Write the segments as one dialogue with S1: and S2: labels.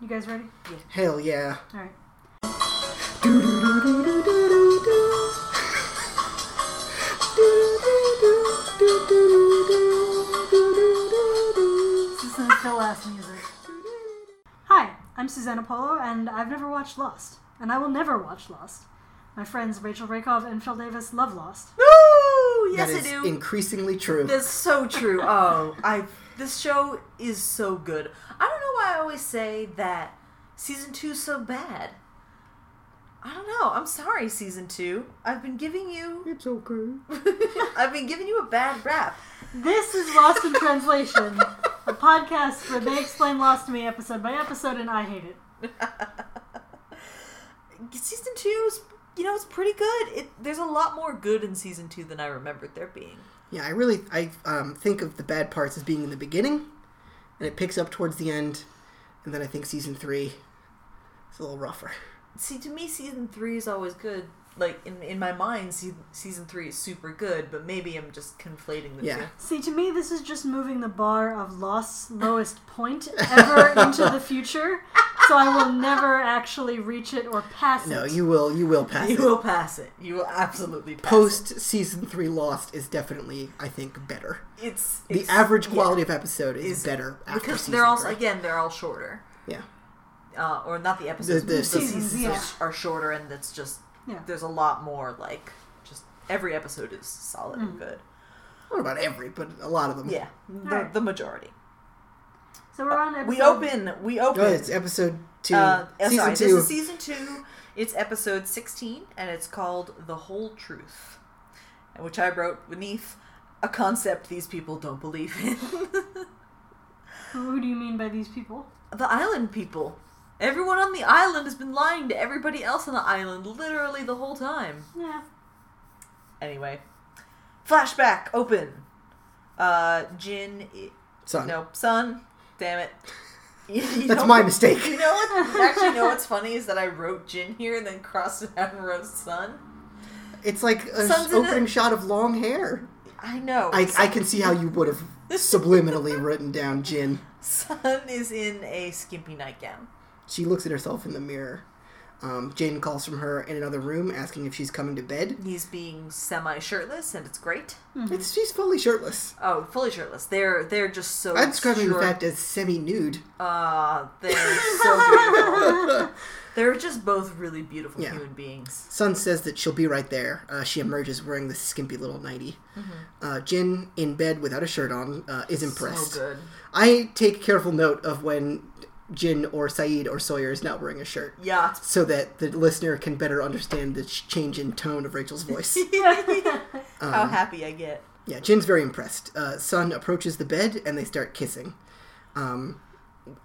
S1: You guys ready?
S2: Hell yeah.
S1: All right. This is Phil Last music. Hi, I'm Susanna Polo, and I've never watched Lost, and I will never watch Lost. My friends Rachel Rakoff and Phil Davis love Lost.
S3: Woo!
S2: That
S3: Yes,
S2: is
S3: I do.
S2: increasingly true.
S3: That's so true. Oh, I this show is so good. I don't know why I always say that season two's so bad. I don't know. I'm sorry, season two. I've been giving you
S2: It's okay.
S3: I've been giving you a bad rap.
S1: This is Lost in Translation, a podcast where they explain Lost to me episode by episode, and I hate it.
S3: Season two's you know, it's pretty good. It, there's a lot more good in season two than I remembered there being.
S2: Yeah, I really I um, think of the bad parts as being in the beginning, and it picks up towards the end, and then I think season three is a little rougher.
S3: See, to me, season three is always good. Like in in my mind, se- season three is super good, but maybe I'm just conflating the
S2: Yeah.
S3: two.
S1: See, to me, this is just moving the bar of Lost's lowest point ever into the future, so I will never actually reach it or pass
S2: No,
S1: it.
S2: you will you will pass
S3: You
S2: it.
S3: will pass it. You will absolutely pass
S2: Post season three Lost is definitely I think better.
S3: it. It's,
S2: The
S3: it's-
S2: average
S3: yeah,
S2: quality of episode is,
S3: is-
S2: better after
S3: because
S2: season
S3: they're also
S2: three.
S3: again they're all shorter,
S2: yeah.
S3: uh, or not the episodes,
S2: The-
S3: the,
S2: the
S3: seasons,
S1: seasons, yeah.
S3: are, are shorter, and that's just
S1: Yeah.
S3: there's a lot more like just every episode is solid
S1: Mm.
S3: and good.
S2: Not about every, but a lot of them.
S3: Yeah, the,
S1: Alright.
S3: the majority.
S1: So Mm. we're on episode.
S3: We open. We open.
S2: Oh, it's episode two,
S3: Uh, uh,
S2: season
S3: sorry,
S2: two.
S3: this is season two. It's episode 16, and it's called The Whole Truth, which I wrote beneath a concept these people don't believe in.
S1: Who who do you mean by these people?
S3: the island people. Everyone on the island has been lying to everybody else on the island literally the whole time.
S1: Yeah.
S3: Anyway, flashback open. Uh, Jin. i-
S2: Son.
S3: No, son. Damn it. You- you
S2: That's
S3: know-
S2: my mistake.
S3: You know what? Actually, you know what's funny is that I wrote Jin here and then crossed it out and wrote son.
S2: It's like an
S3: Son's in
S2: opening
S3: it.
S2: shot of long hair.
S3: I know.
S2: I, I can see how you would have subliminally written down Jin.
S3: Son is in a skimpy nightgown.
S2: She looks at herself in the mirror. Um, Jane calls from her in another room asking if she's coming to bed.
S3: He's being semi shirtless, and it's great.
S2: It's she's fully shirtless.
S3: Oh, fully shirtless. They're they're just so.
S2: I'd describe her in
S3: short-
S2: fact as semi-nude.
S3: Ah, they're so beautiful. they're just both really beautiful
S2: Yeah.
S3: human beings.
S2: Sun says that she'll be right there. Uh, she emerges wearing this skimpy little nightie. Uh, Jin, in bed without a shirt on, uh, is impressed.
S3: Mm-hmm. So good.
S2: I take careful note of when Jin or Saeed or Sawyer is not wearing a shirt.
S3: Yeah.
S2: So that the listener can better understand the ch- change in tone of Rachel's voice. Um,
S3: How happy I get.
S2: Yeah, Jin's very impressed. Uh, Sun approaches the bed and they start kissing. Um,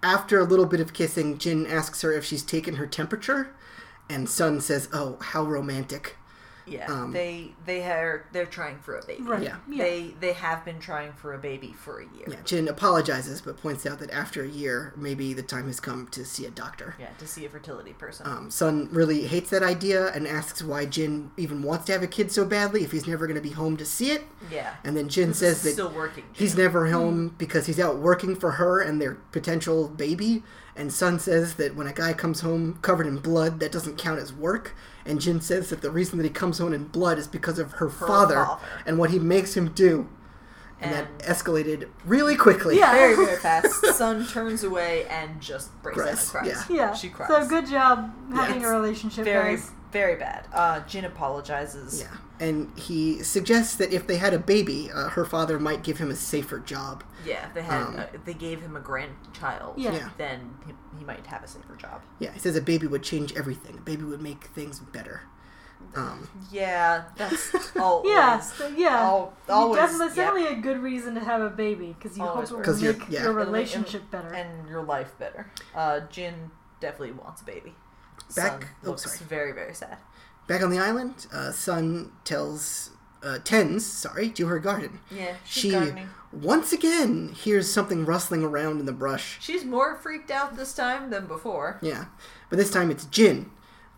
S2: after a little bit of kissing, Jin asks her if she's taken her temperature, and Sun says, "Oh, how romantic."
S3: Yeah.
S2: Um,
S3: they they are they're trying for a baby.
S1: Right.
S2: Yeah.
S3: They they have been trying for a baby for a year.
S2: Yeah, Jin apologizes but points out that after a year, maybe the time has come to see a doctor.
S3: Yeah, to see a fertility person.
S2: Um, Sun really hates that idea and asks why Jin even wants to have a kid so badly if he's never going to be home to see it.
S3: yeah.
S2: And then Jin
S3: This is Hmm.
S2: says that
S3: still working.
S2: He's never home because he's out working for her and their potential baby. And Sun says that when a guy comes home covered in blood, that doesn't count as work. And Jin says that the reason that he comes home in blood is because of her, father,
S3: father.
S2: and what he makes him do. And,
S3: And-
S2: that escalated really quickly.
S1: Yeah.
S3: very very fast. Sun turns away and just breaks
S2: Cries,
S3: out and cries.
S2: yeah.
S1: Yeah.
S3: she cries.
S1: So good job having
S2: Yes.
S1: a relationship,
S3: Very
S1: guys.
S3: very bad. Uh, Jin apologizes.
S2: Yeah. And he suggests that if they had a baby, uh, her father might give him a safer job.
S3: Yeah, they had
S2: Um,
S3: uh, they gave him a grandchild.
S1: Yeah. Yeah.
S3: then he, he might have a safer job.
S2: Yeah, he says a baby would change everything. A baby would make things better. Um,
S3: Yeah, that's always.
S1: Yeah. so- yeah.
S3: Al-
S1: You
S3: always.
S1: def- that's
S3: yeah.
S1: definitely a good reason to have a baby because you
S3: Always
S1: hope it
S3: works.
S1: will
S2: 'Cause you're-
S1: make
S2: yeah.
S1: your
S2: It'll
S3: make-
S1: relationship better.
S3: and your life better. Uh, Jin definitely wants a baby.
S2: Back-
S3: Son
S2: oh,
S3: looks
S2: sorry.
S3: very very sad.
S2: Back on the island, uh, Sun tells uh, Tens, sorry, to her garden.
S3: Yeah, she's
S2: she
S3: gardening.
S2: once again hears something rustling around in the brush.
S3: She's more freaked out this time than before.
S2: Yeah, but this time it's Jin.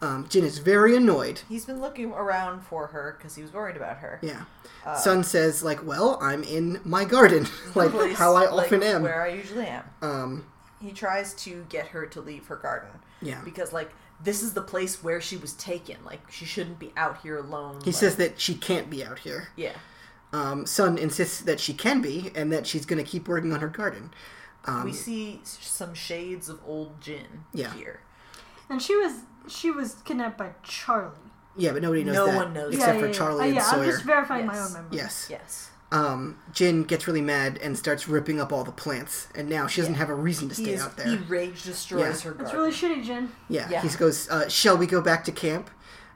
S2: Um, Jin is very annoyed.
S3: He's been looking around for her because he was worried about her.
S2: Yeah,
S3: Uh,
S2: Sun says like, "Well, I'm in my garden, like
S3: Place,
S2: how I
S3: like,
S2: often am."
S3: Where I usually am.
S2: Um,
S3: He tries to get her to leave her garden
S2: Yeah.
S3: because like this is the place where she was taken. Like she shouldn't be out here alone.
S2: He
S3: like-
S2: says that she can't be out here.
S3: yeah.
S2: Um, Sun insists that she can be and that she's going to keep working on her garden. Um,
S3: we see s- some shades of old Jin
S2: Yeah.
S3: here.
S1: And she was she was kidnapped by Charlie.
S2: yeah, but nobody knows
S3: No
S2: that
S3: one knows
S2: except
S1: yeah,
S2: for
S1: yeah, yeah.
S2: Charlie
S1: Uh,
S2: and
S1: yeah,
S2: Sawyer.
S1: I'm just verifying my
S3: Yes.
S1: own memory.
S2: yes.
S3: Yes.
S2: Um, Jin gets really mad and starts ripping up all the plants, and now she doesn't have a reason to
S3: He,
S2: stay
S3: is,
S2: out there.
S3: he rage destroys
S2: Yeah.
S3: her
S1: That's
S3: garden.
S1: really shitty, Jin.
S2: Yeah,
S3: Yeah.
S2: he goes, uh, Shall we go back to camp?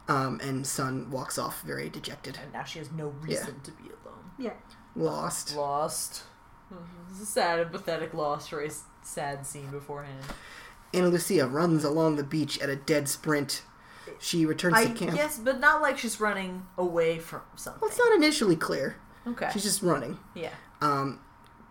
S2: Um, and Sun walks off very dejected,
S3: and now she has no reason to be alone.
S1: Yeah.
S2: lost.
S3: Lost. It's Mm-hmm. a sad and pathetic loss for a s- sad scene beforehand.
S2: Anna Lucia runs along the beach at a dead sprint. She returns
S3: I
S2: to camp.
S3: yes, but not like she's running away from something.
S2: Well, it's not initially clear.
S3: okay.
S2: She's just running.
S3: yeah.
S2: Um,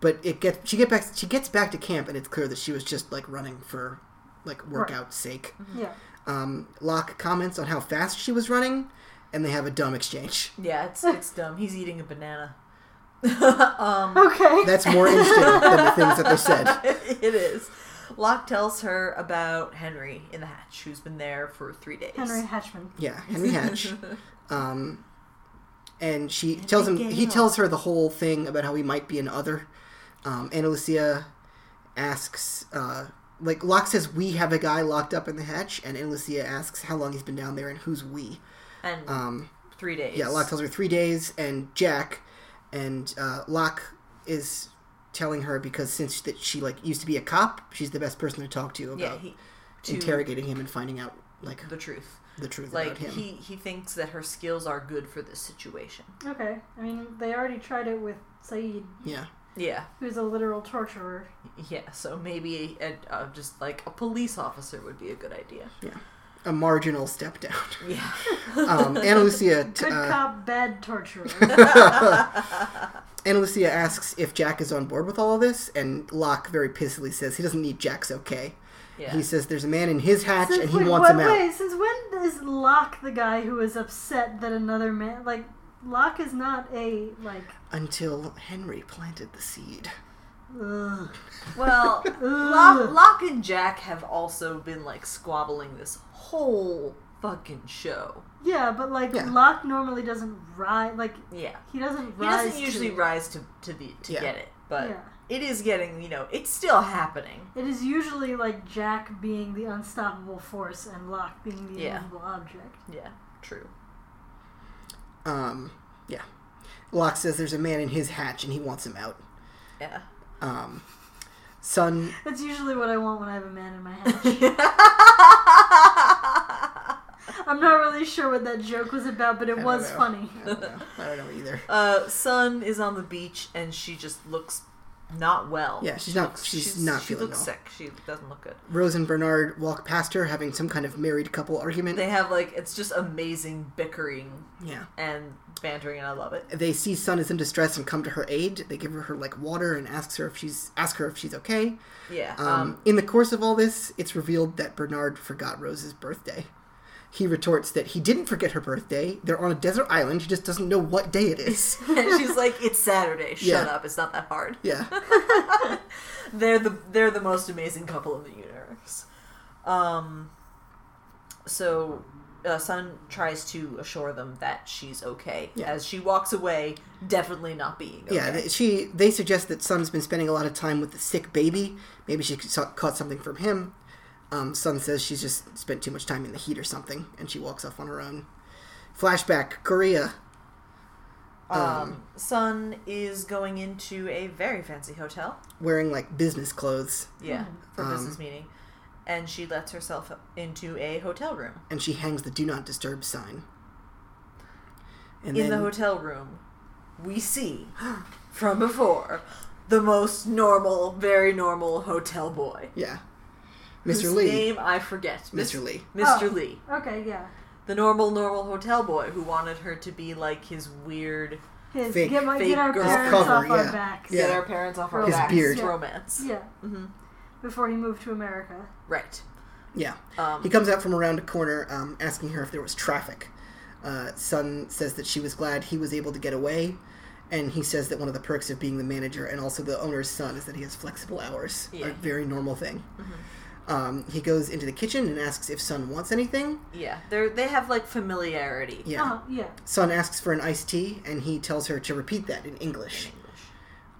S2: but it gets she get back she gets back to camp, and it's clear that she was just like running for like workout's sake.
S1: Yeah.
S2: Um, Locke comments on how fast she was running, and they have a dumb exchange.
S3: Yeah, it's it's dumb. He's eating a banana. um,
S1: Okay.
S2: That's more interesting than the things that they said.
S3: it is. Locke tells her about Henry in the hatch, who's been there for three days.
S1: Henry Hatchman.
S2: Yeah, Henry Hatch. um, and she tells him he
S3: Gayle.
S2: tells her the whole thing about how he might be an other. Um, Anna Lucia asks, uh, like Locke says, "We have a guy locked up in the hatch," and Anna Lucia asks how long he's been down there and who's we.
S3: and
S2: Um,
S3: three days.
S2: yeah, Locke tells her three days and Jack, and uh, Locke is telling her because since that she like used to be a cop, she's the best person to talk to
S3: yeah,
S2: about
S3: he, to
S2: interrogating him and finding out like
S3: the truth.
S2: the truth
S3: Like
S2: about him.
S3: he he thinks that her skills are good for this situation.
S1: Okay. I mean, they already tried it with Saeed,
S2: yeah.
S3: Yeah,
S1: who's a literal torturer.
S3: yeah. So maybe a, uh, just like a police officer would be a good idea.
S2: a marginal step down.
S3: Yeah,
S2: Um, Anna Lucia, t-
S1: Good
S2: uh,
S1: cop, bad torturer.
S2: Anna Lucia asks if Jack is on board with all of this, and Locke very pissily says he doesn't need Jack's okay.
S3: yeah.
S2: He says there's a man in his hatch and he
S1: when-
S2: wants him
S1: what-
S2: out.
S1: Wait, since when is Locke the guy who is upset that another man like Locke is not a like
S2: Until Henry planted the seed.
S1: ugh,
S3: well, Locke, Locke and Jack have also been like squabbling this whole fucking show.
S1: yeah, but like
S2: Yeah.
S1: Locke normally doesn't rise like
S3: Yeah,
S1: he doesn't
S3: he
S1: rise.
S3: doesn't usually
S1: to,
S3: rise to to the to
S2: Yeah.
S3: get it, but
S1: Yeah.
S3: it is getting you know it's still happening.
S1: It is usually like Jack being the unstoppable force and Locke being the
S3: Yeah.
S1: immovable object.
S3: Yeah, true.
S2: Um, yeah. Locke says there's a man in his hatch and he wants him out.
S3: Yeah.
S2: Um, Son,
S1: That's usually what I want when I have a man in my hatch. I'm not really sure what that joke was about, but it
S2: don't
S1: was
S2: know.
S1: funny.
S2: I don't know. I don't know either.
S3: uh, Sun is on the beach and she just looks not well.
S2: Yeah, she's not. She's, not
S3: she
S2: feeling
S3: looks
S2: well.
S3: sick. She doesn't look good.
S2: Rose and Bernard walk past her, having some kind of married couple argument.
S3: They have like it's just amazing bickering
S2: yeah.
S3: and bantering, and I love it.
S2: they see Sun is in distress and come to her aid. They give her, her like water and asks her if she's ask her if she's okay.
S3: Yeah.
S2: Um,
S3: Um,
S2: in the course of all this, it's revealed that Bernard forgot Rose's birthday. He retorts that he didn't forget her birthday. They're on a desert island. He just doesn't know what day it is.
S3: and she's like, "It's Saturday. Shut
S2: Yeah.
S3: up. It's not that hard."
S2: yeah,
S3: They're the they're the most amazing couple in the universe. Um. So. Uh, Sun tries to assure them that she's okay
S2: Yeah.
S3: as she walks away, definitely not being okay.
S2: yeah. they- She they suggest that Sun's been spending a lot of time with the sick baby. Maybe she saw, caught something from him. Um, Sun says she's just spent too much time in the heat or something, and she walks off on her own. Flashback: Korea.
S3: Um, Sun is going into a very fancy hotel.
S2: wearing like business clothes
S3: Yeah, for
S2: Um,
S3: business meeting, and she lets herself into a hotel room.
S2: and she hangs the do not disturb sign. And
S3: in
S2: then,
S3: the hotel room, we see from before the most normal, very normal hotel boy.
S2: yeah, Mr.
S3: whose
S2: Lee,
S3: Name I forget.
S2: Mr. Lee,
S3: Mr.
S1: Oh.
S3: Lee,
S1: Okay, yeah.
S3: the normal, normal hotel boy who wanted her to be like his weird
S1: His
S2: Fake-
S1: get my
S3: fake
S1: get our
S3: girl.
S1: parents
S2: Cover,
S1: off our
S2: yeah.
S1: backs.
S2: Yeah.
S3: get our parents off our
S1: His
S3: backs
S2: beard.
S3: romance.
S1: Yeah.
S2: Mm-hmm.
S3: Mhm.
S1: Before he moved to America.
S3: Right.
S2: yeah.
S3: Um,
S2: He comes out from around a corner, um, asking her if there was traffic. Uh, Sun says that she was glad he was able to get away, And he says that one of the perks of being the manager and also the owner's son is that he has flexible hours,
S3: Yeah.
S2: a very normal thing. Um, he goes into the kitchen and asks if Son wants anything.
S3: Yeah, they they have like familiarity.
S2: Yeah.
S1: Uh, yeah.
S2: Son asks for an iced tea, and he tells her to repeat that in
S3: In
S2: English.
S3: English.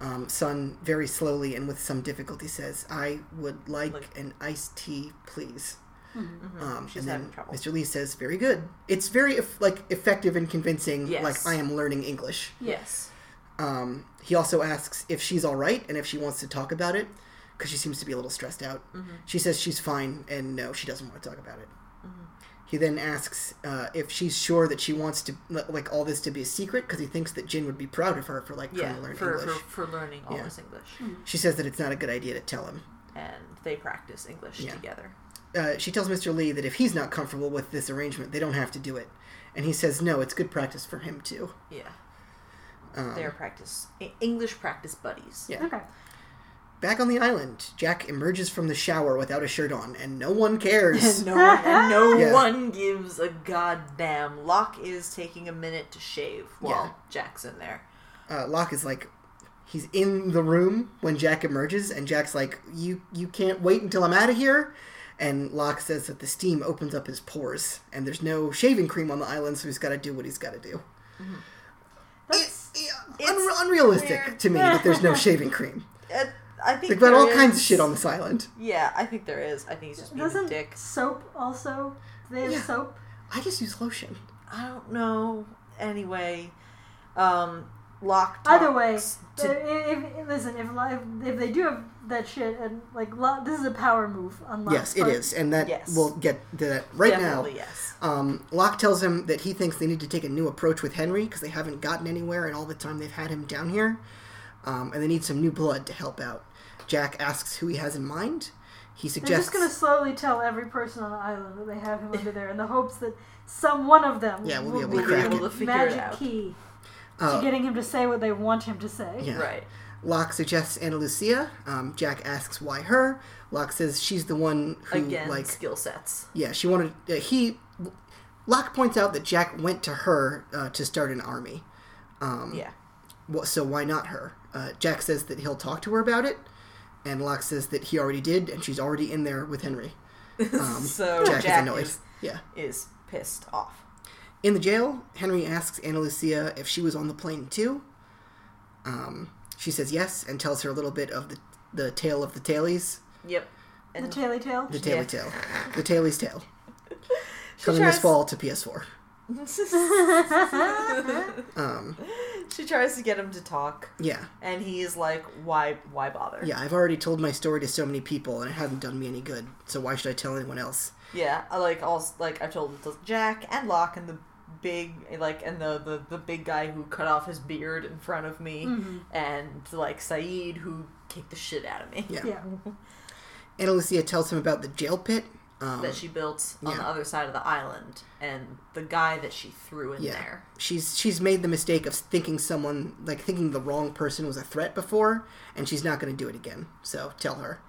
S2: Um, Son very slowly and with some difficulty says, "I would like
S3: Like-
S2: an iced tea, please."
S3: Mhm.
S2: Um,
S3: She's
S2: and then
S3: having trouble.
S2: Mr. Lee says, "Very good." It's very eff- like effective and convincing.
S3: Yes.
S2: Like I am learning English.
S3: Yes.
S2: Um, he also asks if she's all right and if she wants to talk about it because she seems to be a little stressed out.
S3: Mm-hmm,
S2: She says she's fine and no, she doesn't want to talk about it. He then asks uh, if she's sure that she wants to like all this to be a secret because he thinks that Jin would be proud of her for like trying
S3: Yeah,
S2: to learn
S3: for,
S2: English.
S3: for for learning all
S2: Yeah.
S3: this English,
S2: She says that it's not a good idea to tell him.
S3: and they practice English
S2: Yeah.
S3: together.
S2: Uh, she tells Mr. Lee that if he's not comfortable with this arrangement, they don't have to do it. And he says no, it's good practice for him too.
S3: Yeah,
S2: Um,
S3: they're practice E- English practice buddies.
S2: Yeah.
S1: Okay.
S2: Back on the island, Jack emerges from the shower without a shirt on, and no one cares.
S3: And no one, and no
S2: Yeah.
S3: one gives a goddamn. Locke is taking a minute to shave while
S2: Yeah.
S3: Jack's in there.
S2: uh, Locke is like, he's in the room when Jack emerges, and Jack's like, "You you can't wait until I'm out of here." And Locke says that the steam opens up his pores, and there's no shaving cream on the island, so he's got to do what he's got to do.
S1: That's
S2: Yeah,
S3: It's
S2: unre- unrealistic
S3: weird.
S2: to me that there's no shaving cream.
S3: Uh, I think
S2: They've got
S3: there
S2: all kinds of
S3: is-
S2: shit on this island.
S3: Yeah, I think there is. I think he's just being a
S1: doesn't
S3: dick.
S1: soap also. do They have
S2: Yeah.
S1: soap.
S2: I just use lotion.
S3: I don't know. Anyway, um, Locke.
S1: Either way,
S3: talks
S1: i- if, if, listen, if, li- if if they do have that shit, and like lo- this is a power move on Locke's
S2: Yes, it
S1: part.
S2: is, and that
S3: Yes.
S2: we'll get to that right now.
S3: definitely yes.
S2: Um, Locke tells him that he thinks they need to take a new approach with Henry because they haven't gotten anywhere in all the time they've had him down here, um, and they need some new blood to help out. Jack asks who he has in mind. He
S1: They're
S2: suggests,
S1: just gonna slowly tell every person on the island that they have him under there in the hopes that some one of them
S2: Yeah, we'll be
S1: will
S2: able to
S1: the
S2: crack it.
S3: We'll figure it
S1: magic
S3: out.
S1: key
S2: uh,
S1: to getting him to say what they want him to say.
S2: yeah.
S3: Right.
S2: Locke suggests Anna Lucia. Um, Jack asks why her. Locke says she's the one who
S3: Again,
S2: like
S3: skill sets.
S2: yeah she wanted uh, he. Locke points out that Jack went to her uh, to start an army. um,
S3: Yeah.
S2: Wh- so why not her? Uh, Jack says that he'll talk to her about it, and Locke says that he already did, and she's already in there with Henry. Um,
S3: So
S2: Jack,
S3: Oh, Jack
S2: is annoyed.
S3: is-
S2: Yeah.
S3: Is pissed off.
S2: In the jail, Henry asks Anna Lucia if she was on the plane too. Um, she says yes and tells her a little bit of the, the tale of the tailies.
S3: Yep.
S1: The
S3: And
S1: Taily Tale.
S2: The taily
S3: Yeah.
S2: tale. The tailies tale.
S3: she
S2: Coming this
S3: tries-
S2: fall to PS4. Um,
S3: she tries to get him to talk,
S2: yeah.
S3: and he's like, "Why? Why bother?"
S2: Yeah, I've already told my story to so many people and it hasn't done me any good, so why should I tell anyone else?
S3: Yeah, I like also like I told it to Jack and Locke and the big like and the, the the big guy who cut off his beard in front of me
S2: Mm-hmm.
S3: and like Saeed who kicked the shit out of me
S2: Yeah.
S1: Yeah.
S2: Anna Lucia tells him about the jail pit. Um,
S3: that she built on the
S2: Yeah.
S3: other side of the island and the guy that she threw in
S2: Yeah.
S3: there.
S2: she's she's made the mistake of thinking someone like thinking the wrong person was a threat before and she's not going to do it again so tell her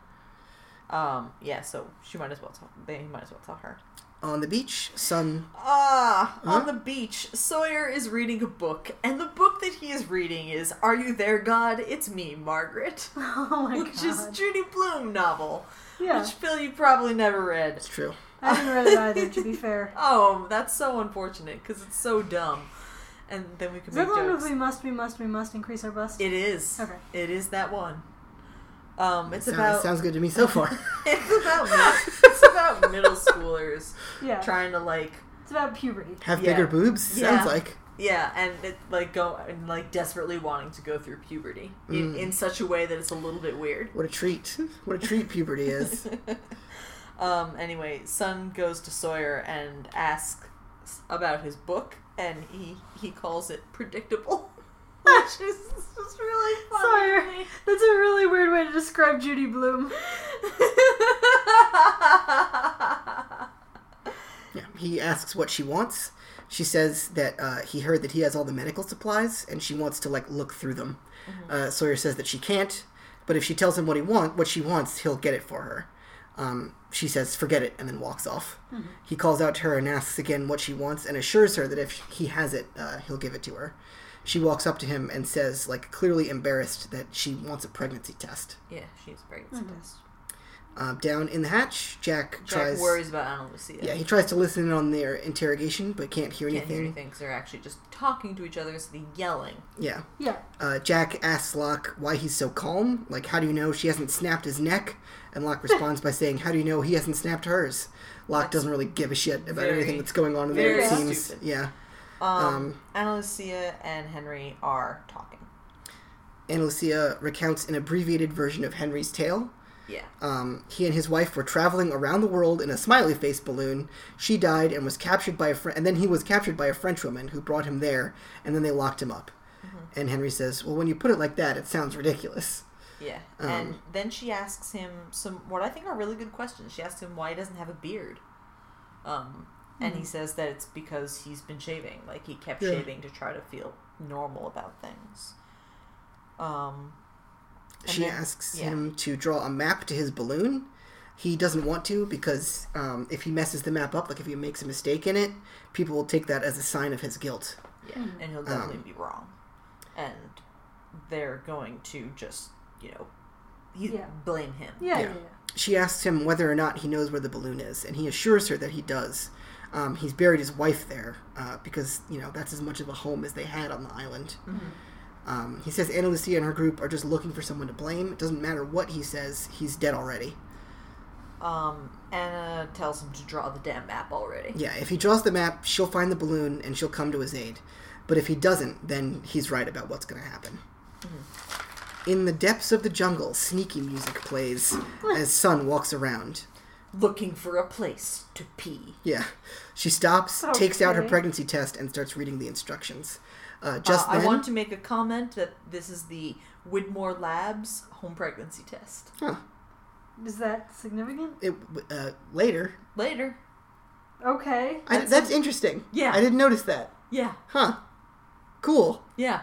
S3: Um, yeah, so she might as well tell they might as well tell her.
S2: on the beach sun
S3: Ah, on the beach, Sawyer is reading a book, and the book that he is reading is "Are You There, God? It's Me, Margaret,"
S1: Oh my
S3: which
S1: god.
S3: is a Judy Blume novel,
S1: yeah.
S3: which Phil you probably never read.
S2: it's true
S1: I haven't read it either. To be fair,
S3: Oh, that's so unfortunate because it's so dumb. And then we can
S1: is that
S3: make
S1: the one with
S3: jokes.
S1: we must, we must, we must increase our bust?
S3: It is.
S1: Okay.
S3: It is that one. Um, it's
S2: sounds,
S3: about
S2: sounds good to me so far
S3: it's about mid- it's about middle schoolers
S1: yeah.
S3: trying to like
S1: It's about puberty.
S2: have
S3: Yeah.
S2: bigger boobs
S3: Yeah.
S2: sounds like
S3: yeah and it, like go and like desperately wanting to go through puberty in, in such a way that it's a little bit weird.
S2: what a treat what a treat puberty is
S3: Um, anyway, Sun goes to Sawyer and asks about his book, and he he calls it predictable, which is just really funny.
S1: Sawyer,
S3: to me.
S1: that's a really weird way to describe Judy Bloom.
S2: yeah. he asks what she wants she says that uh, he heard that he has all the medical supplies and she wants to like look through them uh, sawyer says that she can't but if she tells him what he want what she wants he'll get it for her um, she says forget it and then walks off he calls out to her and asks again what she wants and assures her that if he has it uh, he'll give it to her she walks up to him and says, like clearly embarrassed, that she wants a pregnancy test.
S3: Yeah, she's very obsessed.
S2: Um, down in the hatch, Jack,
S3: Jack
S2: tries.
S3: worries about Anna Lucia.
S2: Yeah, he tries to listen in on their interrogation, but can't hear
S3: can't
S2: anything.
S3: hear anything because they're actually just talking to each other instead of yelling.
S2: Yeah.
S1: Yeah.
S2: Uh, Jack asks Locke why he's so calm. Like, how do you know she hasn't snapped his neck? And Locke responds by saying, How do you know he hasn't snapped hers? Locke
S3: That's
S2: doesn't really give a shit about
S3: very-
S2: anything that's going on in there,
S3: very
S2: it seems.
S3: stupid.
S2: Yeah.
S3: Um,
S2: Um,
S3: Anna Lucia and Henry are talking.
S2: And Lucia recounts an abbreviated version of Henry's tale.
S3: Yeah.
S2: Um, he and his wife were traveling around the world in a smiley face balloon. She died and was captured by a Fr- and then he was captured by a French woman who brought him there, and then they locked him up.
S3: Mm-hmm.
S2: And Henry says, "Well, when you put it like that, it sounds ridiculous."
S3: Yeah.
S2: Um,
S3: and then she asks him some what I think are really good questions. She asks him why he doesn't have a beard. Um and he says that it's because he's been shaving. Like he kept
S2: Yeah.
S3: shaving to try to feel normal about things. Um and
S2: she
S3: then-
S2: asks
S3: yeah.
S2: him to draw a map to his balloon. He doesn't want to because um, if he messes the map up, like if he makes a mistake in it, people will take that as a sign of his guilt.
S3: Yeah, and he'll definitely be wrong. And they're going to just, you know, he,
S1: Yeah.
S3: blame him.
S1: Yeah, yeah,
S2: Yeah.
S1: yeah.
S2: She asks him whether or not he knows where the balloon is, and he assures her that he does. Um, he's buried his wife there uh, because, you know, that's as much of a home as they had on the island. Um, he says Anna Lucia and her group are just looking for someone to blame. It doesn't matter what he says, he's dead already.
S3: Um, Anna tells him to draw the damn map already.
S2: Yeah, if he draws the map, she'll find the balloon and she'll come to his aid. But if he doesn't, then he's right about what's going to happen. In the depths of the jungle, sneaky music plays as Sun walks around.
S3: Looking for a place to pee.
S2: Yeah. She stops,
S1: Okay.
S2: takes out her pregnancy test, and starts reading the instructions. Uh, just
S3: Uh,
S2: then,
S3: I want to make a comment that this is the Widmore Labs home pregnancy test.
S2: huh,
S1: Is that significant?
S2: it, uh, later.
S3: Later.
S1: Okay.
S2: I,
S3: That's-
S2: that's interesting.
S3: Yeah.
S2: I didn't notice that.
S3: Yeah,
S2: Huh. Cool.
S3: yeah.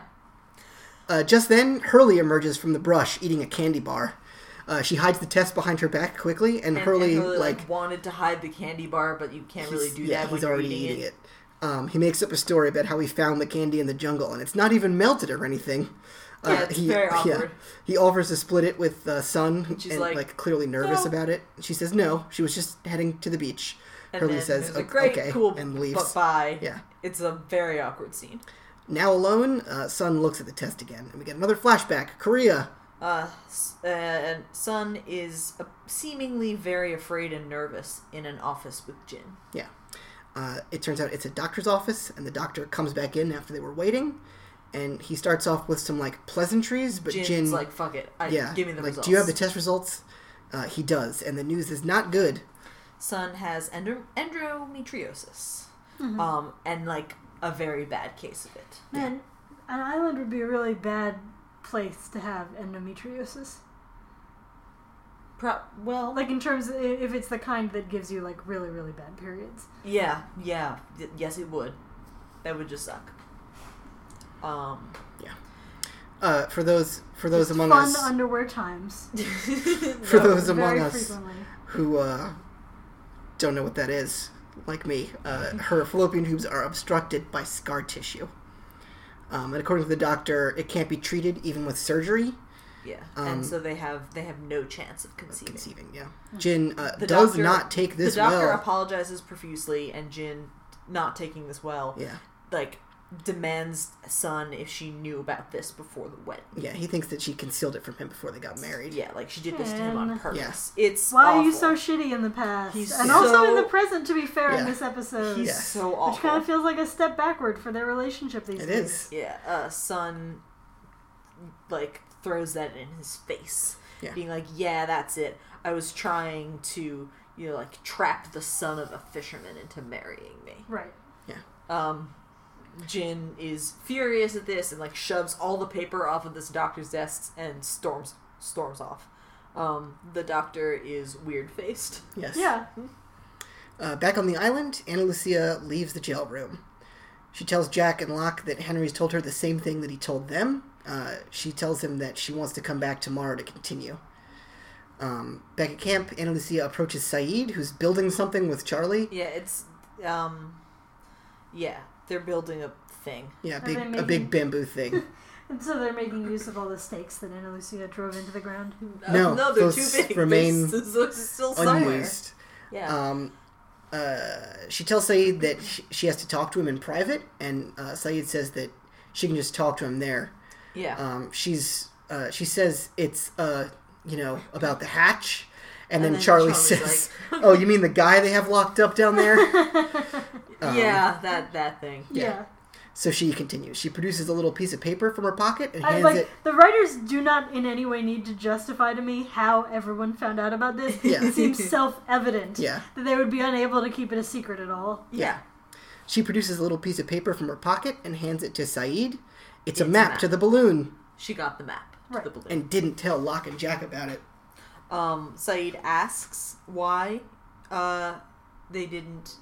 S2: Uh, just then, Hurley emerges from the brush eating a candy bar. Uh, she hides the test behind her back quickly, and,
S3: And
S2: Hurley,
S3: and Hurley,
S2: like,
S3: wanted to hide the candy bar, but you can't really
S2: he's-
S3: do
S2: yeah,
S3: that.
S2: he's
S3: when
S2: already
S3: you're eating,
S2: eating it. Um, he makes up a story about how he found the candy in the jungle, and it's not even melted or anything. Uh,
S3: Yeah, it's very awkward.
S2: He offers to split it with uh, Sun, and
S3: she's like, "Oh."
S2: clearly nervous
S3: "No."
S2: about it. She says no. She was just heading to the beach.
S3: And
S2: Hurley
S3: then
S2: says
S3: there's a
S2: "O-
S3: great,
S2: okay
S3: cool,
S2: and leaves.
S3: bye.
S2: Yeah.
S3: It's a very awkward scene.
S2: Now alone, uh, Sun looks at the test again, and we get another flashback. Korea.
S3: Uh, S- uh, Sun is uh, seemingly very afraid and nervous in an office with Jin.
S2: Yeah. Uh, it turns out it's a doctor's office, and the doctor comes back in after they were waiting, and he starts off with some like pleasantries, but
S3: Jin's
S2: Jin
S3: like, "Fuck it, I,
S2: yeah,
S3: give me the
S2: like,
S3: results."
S2: do you have the test results? Uh, he does, and the news is not good.
S3: Sun has endo- endometriosis,
S1: Mm-hmm.
S3: um, and like a very bad case of it.
S1: Man, an island would be a really bad place to have endometriosis.
S3: Pro- well,
S1: Like in terms, of i- if it's the kind that gives you like really, really bad periods.
S3: yeah, yeah, y- yes, it would. That would just suck. Um,
S2: Uh, for those for those
S1: Just
S2: among
S1: fun
S2: us
S1: underwear times.
S2: for
S3: no.
S2: those among
S1: Very
S2: us
S1: frequently.
S2: who uh, don't know what that is, like me, uh, her fallopian tubes are obstructed by scar tissue, um, and according to the doctor, it can't be treated even with surgery.
S3: yeah,
S2: um,
S3: and so they have they have no chance of conceiving.
S2: Conceiving, yeah. Jin uh,
S3: The
S2: does
S3: doctor-
S2: not take this
S3: the doctor
S2: well.
S3: apologizes profusely, and Jin, not taking this well,
S2: Yeah,
S3: like demands Sun if she knew about this before the wedding.
S2: yeah. He thinks that she concealed it from him before they got married.
S3: Yeah, like she did this to him on
S1: Jin.
S3: purpose. It's
S1: Why are you so
S3: awful.
S1: shitty in the past?
S3: He's
S1: and
S3: so-
S1: also in the present, to be fair,
S2: Yeah.
S1: in this episode.
S3: He's
S2: Yeah.
S3: so
S1: Which kind
S3: awful.
S1: of feels like a step backward for their relationship these
S2: It
S1: days.
S2: is.
S3: yeah, uh, Sun like throws that in his face,
S2: Yeah.
S3: being like, "Yeah, that's it. I was trying to, you know, like trap the son of a fisherman into marrying me."
S1: Right.
S3: Um, Jin is furious at this and like shoves all the paper off of this doctor's desk and storms storms off. Um, the doctor is weird faced.
S2: Yes.
S1: Yeah.
S2: Uh, back on the island, Anna Lucia leaves the jail room. She tells Jack and Locke that Henry's told her the same thing that he told them. Uh, she tells him that she wants to come back tomorrow to continue. Um, back at camp, Anna Lucia approaches Saeed, who's building something with Charlie.
S3: Yeah, it's um, yeah. They're building a thing.
S2: Yeah, a
S1: Are
S2: big
S1: they
S2: a
S1: making-
S2: big bamboo thing.
S1: And so they're making use of all the stakes that Anna Lucia drove into the ground.
S2: No,
S3: no, they're
S2: those
S3: too big. They're
S2: remain
S3: s- those are still somewhere.
S2: Unused.
S3: Yeah.
S2: Um, uh, she tells Saeed that sh- she has to talk to him in private, and uh, Saeed says that she can just talk to him there.
S3: yeah.
S2: Um, she's uh, she says it's uh, you know about the hatch, and, then,
S3: then
S2: Charlie
S3: Charlie's
S2: says, "Oh, you mean the guy they have locked up down there?" um,
S3: yeah, that that thing.
S1: yeah.
S2: So she continues. She produces a little piece of paper from her pocket and
S1: I,
S2: hands
S1: like
S2: it.
S1: the writers do not in any way need to justify to me how everyone found out about this.
S2: Yeah.
S1: It seems self-evident
S2: Yeah.
S1: that they would be unable to keep it a secret at all.
S3: Yeah.
S2: She produces a little piece of paper from her pocket and hands it to Saeed. It's,
S3: It's
S2: a,
S3: a
S2: map
S3: map.
S2: to the balloon,
S3: She got the map. to
S1: Right.
S3: The balloon.
S2: and didn't tell Locke and Jack about it.
S3: um, Saeed asks why uh, they didn't.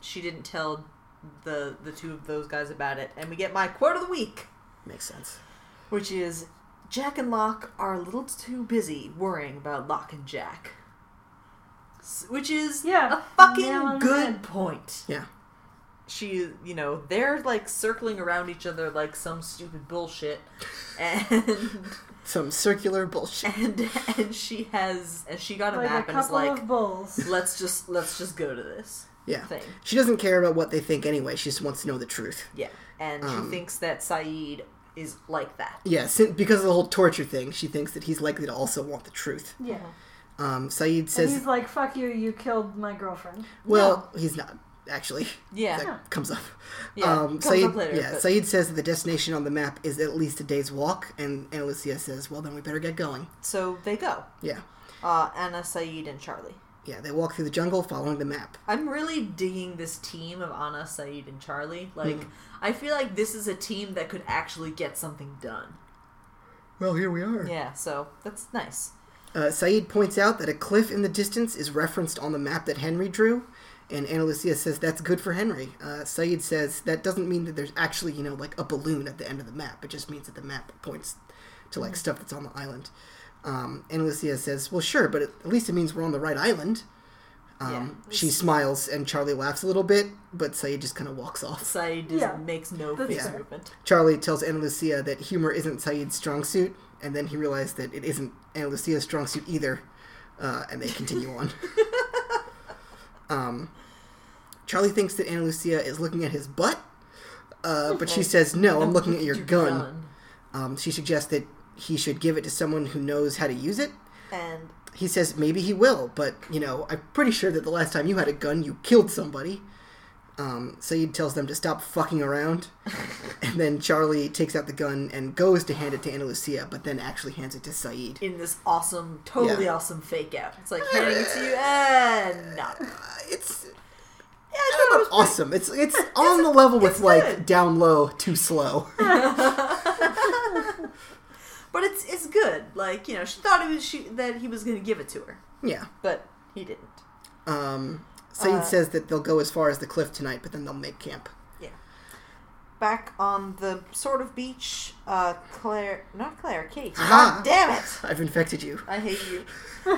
S3: She didn't tell the the two of those guys about it, and we get my quote of the week,
S2: Makes sense.
S3: which is Jack and Locke are a little too busy worrying about Locke and Jack, S- which is
S1: Yeah,
S3: a
S1: nail on the
S3: fucking good
S1: head.
S3: point.
S2: Yeah.
S3: She, you know, they're like circling around each other like some stupid bullshit, and
S2: Some circular bullshit.
S3: and and she has and she got a
S1: Like
S3: map
S1: a
S3: and is
S1: couple
S3: like
S1: of bulls.
S3: let's just let's just go to this
S2: Yeah.
S3: thing
S2: She doesn't care about what they think anyway. She just wants to know the truth.
S3: yeah and
S2: Um,
S3: she thinks that saeed is like that
S2: Yeah, sin because of the whole torture thing, she thinks that he's likely to also want the truth.
S1: Yeah.
S2: Um,
S3: Oh,
S2: Saeed
S1: And
S2: says,
S1: he's like, "Fuck you! You killed my girlfriend."
S2: well, he's not, actually.
S3: yeah
S2: That comes up.
S3: Yeah,
S2: um,
S3: comes
S2: Saeed,
S3: up later,
S2: yeah,
S3: but-
S2: Saeed says that the destination on the map is at least a day's walk, and Anna Lucia says, well, then we better get going.
S3: so they go
S2: Yeah.
S3: uh anna saeed and charlie
S2: Yeah, they walk through the jungle following the map.
S3: i'm really digging this team of anna saeed and charlie like i feel like this is a team that could actually get something done
S2: Well, here we are.
S3: yeah so that's nice
S2: Uh, Saeed points out that a cliff in the distance is referenced on the map that Henry drew, and Anna Lucia says that's good for Henry. Uh, Saeed says that doesn't mean that there's actually, you know, like a balloon at the end of the map. It just means that the map points to like stuff that's on the island. Um, Anna Lucia says, well, sure, but at least it means we're on the right island. Um,
S3: Yeah.
S2: she smiles and Charlie laughs a little bit, but Saeed just kind of walks off.
S3: saeed just
S1: Yeah.
S3: makes no
S1: That's
S3: face
S1: fair.
S3: movement
S2: Charlie tells Anna Lucia that humor isn't Saeed's strong suit, and then he realized that it isn't Anna Lucia's strong suit either, uh, and they continue on. um, Charlie thinks that Anna Lucia is looking at his butt, uh, but she says, No, I'm looking at your gun. Um, she suggests that he should give it to someone who knows how to use it.
S3: and
S2: He says, Maybe he will, but, you know, I'm pretty sure that the last time you had a gun, you killed somebody. Um, Saeed tells them to stop fucking around. And then Charlie takes out the gun and goes to hand it to Anna Lucia, but then actually hands it to Saeed.
S3: in this awesome, totally
S2: Yeah.
S3: awesome fake out. It's like handing it to you, and no.
S2: Uh, it's
S3: Yeah, I
S2: not
S3: thought it was
S2: awesome. It's it's on the level with
S3: it's
S2: like
S3: good.
S2: down low, too slow.
S3: but it's it's good. Like you know, she thought it was she that he was going to give it to her,
S2: yeah.
S3: but he didn't.
S2: Um, Saeed
S3: Uh,
S2: says that they'll go as far as the cliff tonight, but then they'll make camp.
S3: Back on the sort of beach, uh, Claire, not Claire, Kate.
S2: Ah.
S3: God damn it!
S2: I've infected you.
S3: I hate you.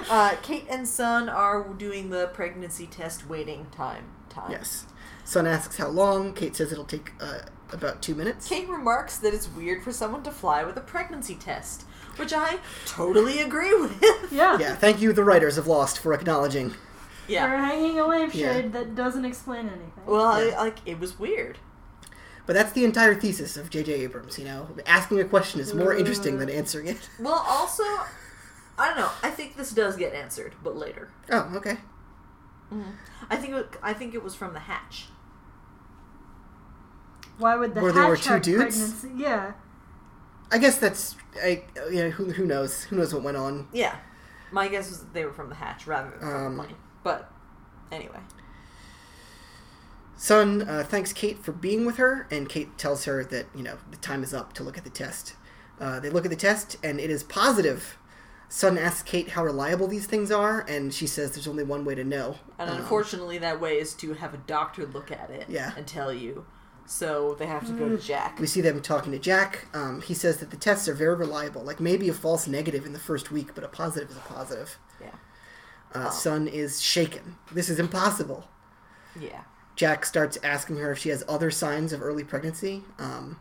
S3: Uh, Kate and Son are doing the pregnancy test waiting time. Time.
S2: Yes. Son asks how long. Kate says it'll take uh, about two minutes.
S3: Kate remarks that it's weird for someone to fly with a pregnancy test, which I totally agree with.
S1: Yeah.
S2: Yeah, thank you, the writers of Lost, for acknowledging.
S3: yeah.
S1: They're hanging a lampshade that doesn't explain anything.
S3: Well,
S2: Yeah.
S3: I, like it was weird.
S2: But that's the entire thesis of J.J. Abrams, you know? Asking a question is more interesting than answering it.
S3: Well, also, I don't know. I think this does get answered, but later.
S2: Oh, okay. Mm-hmm.
S3: I think it, I think it was from the hatch.
S1: Why would the
S2: Where
S1: hatch
S2: there were two
S1: have
S2: dudes?
S1: pregnancy? Yeah.
S2: I guess that's I uh, yeah. Who, who knows? Who knows what went on?
S3: Yeah, my guess was that they were from the hatch rather than from
S2: Um,
S3: the plane. But anyway,
S2: Son uh, thanks Kate for being with her, and Kate tells her that you know the time is up to look at the test. Uh, they look at the test, and it is positive. Son asks Kate how reliable these things are, and she says there's only one way to know.
S3: and
S2: Um,
S3: unfortunately, that way is to have a doctor look at it
S2: Yeah. Mm.
S3: and tell you. So they have to go to Jack.
S2: we see them talking to Jack. Um, he says that the tests are very reliable, like maybe a false negative in the first week, but a positive is a positive.
S3: Yeah,
S2: Uh, Son is shaken. This is impossible.
S3: yeah.
S2: Jack starts asking her if she has other signs of early pregnancy. Um,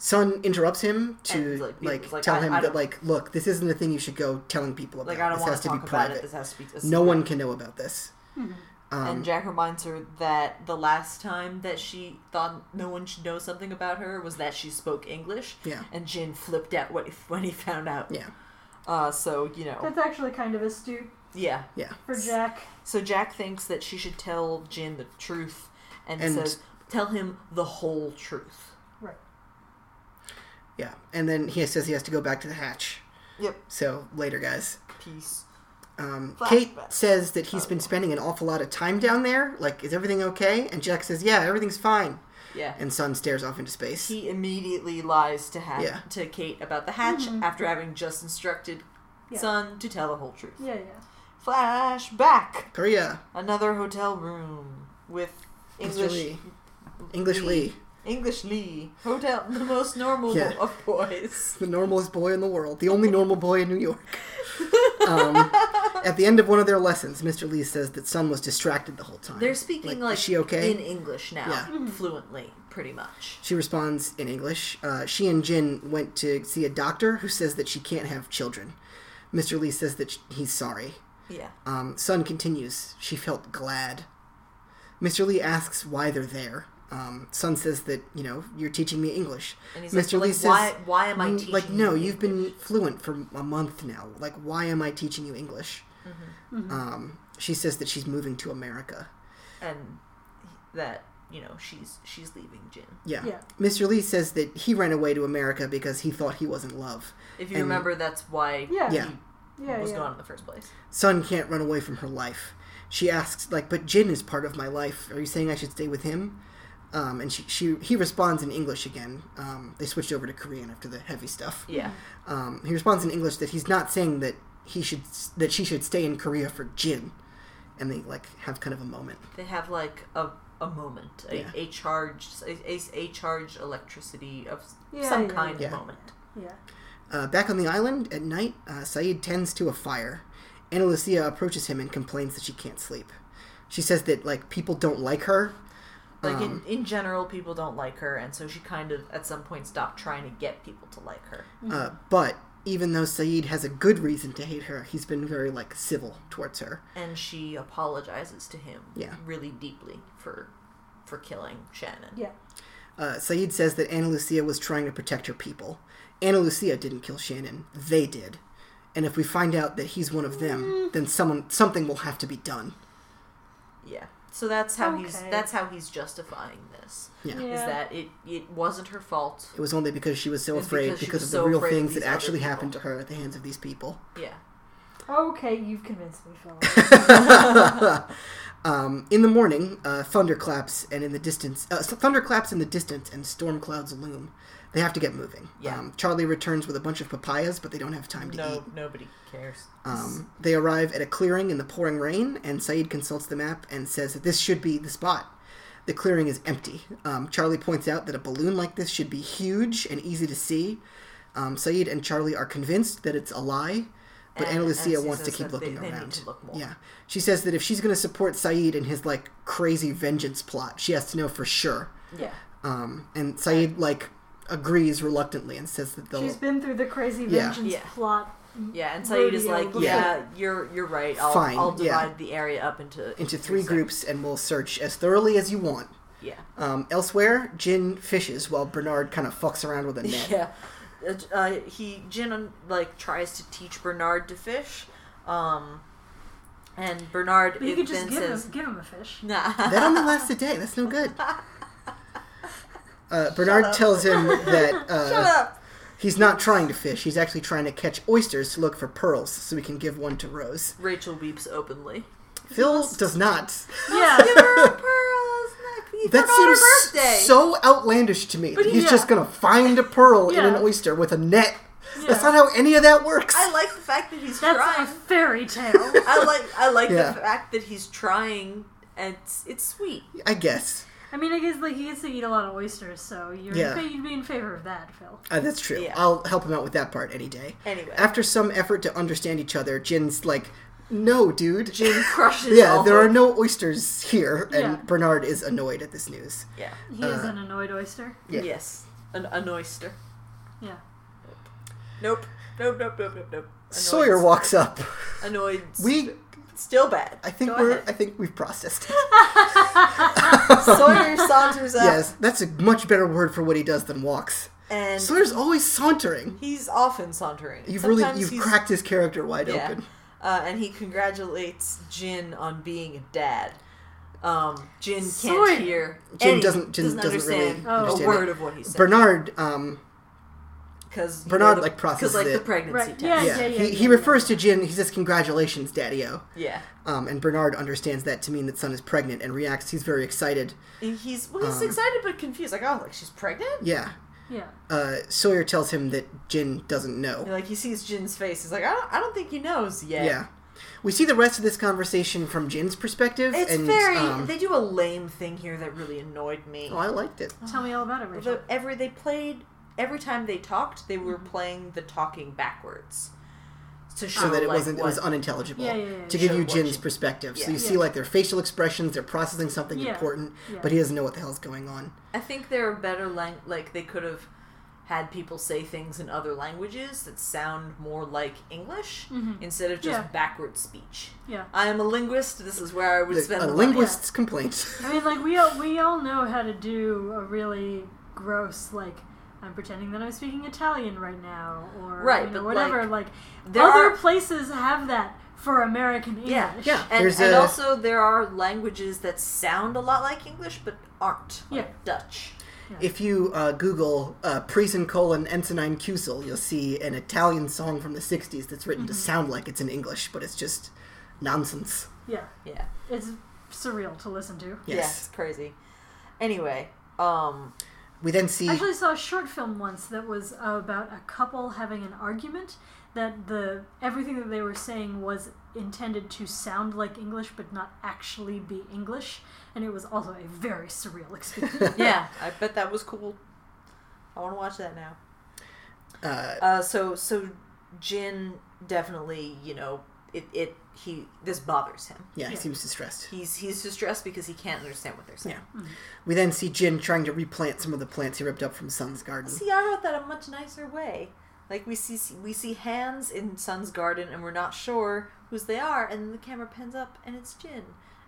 S2: Son interrupts him to
S3: And, like,
S2: like,
S3: he was like,
S2: tell
S3: I-
S2: him
S3: I
S2: that
S3: don't-
S2: like, look, this isn't a thing you should go telling people about.
S3: Like, I don't
S2: this
S3: want
S2: has
S3: to
S2: to be
S3: talk about it.
S2: private.
S3: This has to be. a
S2: No
S3: secret.
S2: one can know about this.
S1: Hmm.
S2: Um,
S3: and Jack reminds her that the last time that she thought no one should know something about her was that she spoke English.
S2: Yeah.
S3: And Jin flipped out when he, when he found out.
S2: Yeah,
S3: Uh, so, you know,
S1: That's actually kind of astute
S3: yeah.
S2: yeah.
S1: for Jack.
S3: So Jack thinks that she should tell Jin the truth and,
S2: And-
S3: says, tell him the whole truth.
S1: Right.
S2: Yeah, and then he says he has to go back to the hatch.
S3: Yep.
S2: So later, guys.
S3: Peace.
S2: Um,
S3: Flashback.
S2: Kate says that he's been spending an awful lot of time down there. Like, is everything okay? And Jack says, Yeah, everything's fine.
S3: Yeah.
S2: And Sun stares off into space.
S3: he immediately lies to ha-
S2: Yeah.
S3: to Kate about the hatch after having just instructed
S1: Mm-hmm. Yeah.
S3: Son to tell the whole truth.
S1: Yeah, yeah.
S3: Flashback.
S2: Korea,
S3: Another hotel room with
S2: Mr.
S3: English
S2: Lee, English Lee,
S3: English Lee. Hotel the most normal
S2: Yeah.
S3: of boys.
S2: the normalest boy in the world, the only normal boy in New York. Um, at the end of one of their lessons, Mr. Lee says that Sun was distracted the whole time.
S3: They're speaking like,
S2: is she okay?
S3: in English now,
S2: Yeah.
S3: fluently, pretty much.
S2: She responds in English. Uh, she and Jin went to see a doctor who says that she can't have children. Mr. Lee says that sh- he's sorry.
S3: Yeah.
S2: Um, Sun continues. She felt glad. Mr. Lee asks why they're there. Um, Sun says that you know you're teaching me English.
S3: And he's like, "Well, like, why- why am I
S2: "Mm,
S3: teaching
S2: Like no,
S3: you
S2: you've been fluent for a month now. Like why am I teaching you English?
S3: Mm-hmm.
S1: Mm-hmm.
S2: Um, she says that she's moving to America.
S3: And that, you know, she's she's leaving Jin.
S2: Yeah.
S1: Yeah.
S2: Mr. Lee says that he ran away to America because he thought he was in love.
S3: If you
S2: And-
S3: remember that's why
S1: Yeah.
S3: he
S2: Yeah.
S1: Yeah,
S3: was
S1: yeah.
S3: gone in the first place.
S2: Sun can't run away from her life. She asks, like, but Jin is part of my life. Are you saying I should stay with him? Um, and she, she, he responds in English again. Um, they switched over to Korean after the heavy stuff.
S3: Yeah.
S2: Um, he responds in English that he's not saying that he should that she should stay in Korea for Jin, and they like have kind of a moment.
S3: they have like a, a moment a,
S2: Yeah.
S3: a charged a, a, a charged electricity of s-
S1: Yeah,
S3: some
S1: yeah,
S3: kind
S2: yeah.
S3: moment
S1: Yeah.
S2: Uh, back on the island at night, uh, Saeed tends to a fire. Anna Lucia approaches him and complains that she can't sleep. She says that like people don't like her.
S3: like
S2: Um.
S3: in, in general people don't like her and so she kind of at some point stopped trying to get people to like her
S2: Uh, but even though Saeed has a good reason to hate her, he's been very like civil towards her.
S3: and she apologizes to him
S2: Yeah.
S3: really deeply for for killing shannon
S1: Yeah.
S2: Uh, Saeed says that Anna Lucia was trying to protect her people. Anna Lucia didn't kill Shannon; they did. And if we find out that he's one of
S3: Mm.
S2: them, then someone something will have to be done.
S3: Yeah. so that's how he's
S1: Okay.
S3: that's how he's justifying this
S2: Yeah.
S1: Yeah.
S3: is that it it wasn't her fault
S2: It was only because she was so
S3: It's
S2: afraid
S3: because
S2: because,
S3: she was
S2: of the
S3: so
S2: real
S3: afraid of
S2: things that
S3: these other
S2: actually
S3: people.
S2: happened to her at the hands of these people.
S3: yeah
S1: Okay, you've convinced me, Phil.
S2: Um, in the morning, uh, thunderclaps and in the distance, uh, so thunderclaps in the distance, and storm clouds loom. They have to get moving.
S3: Yeah.
S2: Um, Charlie returns with a bunch of papayas, but they don't have time to eat.
S3: no nobody cares
S2: Um, they arrive at a clearing in the pouring rain, and Saeed consults the map and says that this should be the spot. The clearing is empty. Um, Charlie points out that a balloon like this should be huge and easy to see. Um, Saeed and Charlie are convinced that it's a lie, but
S3: And
S2: Anna Lucia
S3: Anastasia
S2: wants to
S3: says
S2: keep
S3: that they-
S2: looking
S3: they need
S2: around.
S3: to look more.
S2: Yeah, she says that if she's going to support Saeed in his like crazy vengeance plot, she has to know for sure.
S3: yeah
S2: Um, and Saeed like agrees reluctantly and says that they'll
S1: She's been through the crazy
S2: Yeah.
S1: vengeance
S3: Yeah.
S1: plot.
S3: Yeah, and Saeed is
S1: rodeo
S3: like,
S1: before.
S3: yeah, you're you're right. I'll,
S2: Fine,
S3: I'll
S2: yeah.
S3: divide the area up into
S2: into three
S3: sections."
S2: groups and we'll search as thoroughly as you want.
S3: Yeah,
S2: Um, elsewhere, Jin fishes while Bernard kind of fucks around with a net.
S3: yeah. Uh, uh, he Jin like tries to teach Bernard to fish, um, and Bernard
S1: But you
S3: it
S1: could just
S3: then
S1: give
S3: says,
S1: him give him a fish.
S3: "Nah."
S2: That only lasts a day. That's no good. Uh, Bernard tells him that
S3: Shut
S2: uh,
S3: up.
S2: he's not trying to fish. He's actually trying to catch oysters to look for pearls so he can give one to Rose.
S3: Rachel weeps openly.
S2: Phil does not.
S1: Yeah.
S3: Give her a pearl. snack. You
S2: That
S3: forgot her
S2: seems
S3: birthday.
S2: so outlandish to me. that
S1: he-
S2: he's
S1: yeah.
S2: just going to find a pearl in
S1: Yeah.
S2: an oyster with a net. That's
S1: Yeah.
S2: not how any of that works.
S3: I like the fact that he's
S1: That's
S3: trying.
S1: a fairy tale.
S3: I like I like
S2: Yeah.
S3: the fact that he's trying, and it's, it's sweet.
S2: I guess.
S1: I mean, I guess like he gets to eat a lot of oysters, so you're
S2: Yeah.
S1: you'd be in favor of that, Phil.
S2: Uh, that's true.
S3: Yeah.
S2: I'll help him out with that part any day.
S3: Anyway.
S2: After some effort to understand each other, Jin's like No, dude.
S3: Jim crushes.
S2: yeah,
S3: all
S2: there are
S3: hope.
S2: no oysters here, and
S1: Yeah.
S2: Bernard is annoyed at this news.
S3: Yeah.
S1: He
S2: Uh,
S1: is an annoyed oyster.
S2: Yeah.
S3: Yes. An, an oyster.
S1: Yeah.
S3: Nope. Nope. Nope. Nope. Nope. Nope. Annoyed.
S2: Sawyer walks up.
S3: Annoyed.
S2: We,
S3: Still bad.
S2: I think
S3: Go
S2: we're, I
S3: ahead.
S2: think we've processed.
S3: Sawyer saunters up,
S2: yes, that's a much better word for what he does than walks.
S3: and
S2: Sawyer's always sauntering.
S3: he's often sauntering.
S2: You've really
S3: Sometimes
S2: you've
S3: he's-
S2: cracked his character wide
S3: Yeah.
S2: open.
S3: Uh, and he congratulates Jin on being a dad. Um, Jin can't
S1: Sawyer.
S3: hear.
S2: Jin
S3: any-
S2: doesn't- Jin doesn't
S3: understand
S2: really
S3: a
S1: understand
S3: word of what he said.
S2: Bernard, um,
S3: Because
S2: Bernard, like, processes
S3: like the
S2: it.
S3: pregnancy
S1: Right,
S3: test.
S2: yeah,
S1: yeah, yeah,
S2: he, he
S1: yeah,
S2: refers to Jin. He says, "Congratulations, Daddy-O,"
S3: Yeah.
S2: um, and Bernard understands that to mean that Son is pregnant and reacts. He's very excited.
S3: And He's well, he's
S2: Um,
S3: excited but confused. Like, oh, like she's pregnant.
S2: Yeah,
S1: Yeah.
S2: uh, Sawyer tells him that Jin doesn't know.
S3: And, like he sees Jin's face. He's like, I don't, I don't think he knows yet.
S2: Yeah. We see the rest of this conversation from Jin's perspective.
S3: It's
S2: and,
S3: very.
S2: um,
S3: they do a lame thing here that really annoyed me.
S2: oh, I liked it.
S1: Tell me all about it, Rachel.
S3: Although every they played every time they talked, they were playing the talking backwards to show
S2: Mm-hmm. So that it
S3: like,
S2: wasn't,
S3: what-
S2: it was unintelligible.
S1: Yeah, yeah, yeah,
S2: to
S1: yeah.
S2: give
S3: Sure,
S2: you
S3: what
S2: Jin's
S3: she-
S2: perspective. So
S3: Yeah.
S2: you see,
S1: Yeah.
S2: like, their facial expressions, they're processing something
S1: Yeah.
S2: important,
S1: Yeah.
S2: but he doesn't know what the hell's going on.
S3: I think there are better lang- like they could have had people say things in other languages that sound more like English
S2: Mm-hmm.
S1: Mhm.
S3: instead of just
S1: Yeah.
S3: backward speech.
S1: yeah.
S3: I am a linguist. This is where I would
S2: The-
S3: spend
S2: a
S3: the money.
S2: linguist's complaint.
S1: I mean, like we all, we all know how to do a really gross like. I'm pretending that I'm speaking Italian right now, or
S3: Right,
S1: you know,
S3: but,
S1: whatever. Like,
S3: There
S1: other
S3: are-
S1: places have that for American English.
S3: Yeah,
S2: yeah.
S3: And,
S2: There's
S3: and
S2: a-
S3: also, there are languages that sound a lot like English but aren't. Like
S1: Yeah.
S3: Dutch.
S2: if you uh, Google uh, Prison colon Ensinine Cusel, you'll see an Italian song from the 60s that's written
S3: Mm-hmm.
S2: to sound like it's in English, but it's just nonsense.
S1: Yeah,
S3: Yeah.
S1: it's surreal to listen to.
S3: Yeah,
S2: Yes.
S3: it's crazy. Anyway, um,
S2: We then see.
S1: I
S3: Uh-huh.
S1: actually saw a short film once that was about a couple having an argument that the everything that they were saying was intended to sound like English but not actually be English, and it was also a very surreal experience.
S3: yeah, I bet that was cool. I want to watch that now.
S2: uh,
S3: Uh, so so Jin definitely, you know, it, it he this bothers him.
S2: yeah, he
S1: Yeah.
S2: seems distressed.
S3: He's he's distressed because he can't understand what they're saying.
S2: We then see Jin trying to replant some of the plants he ripped up from Sun's garden.
S3: See, I wrote that a much nicer way. Like we see we see hands in Sun's garden and we're not sure whose they are, and the camera pans up and it's Jin.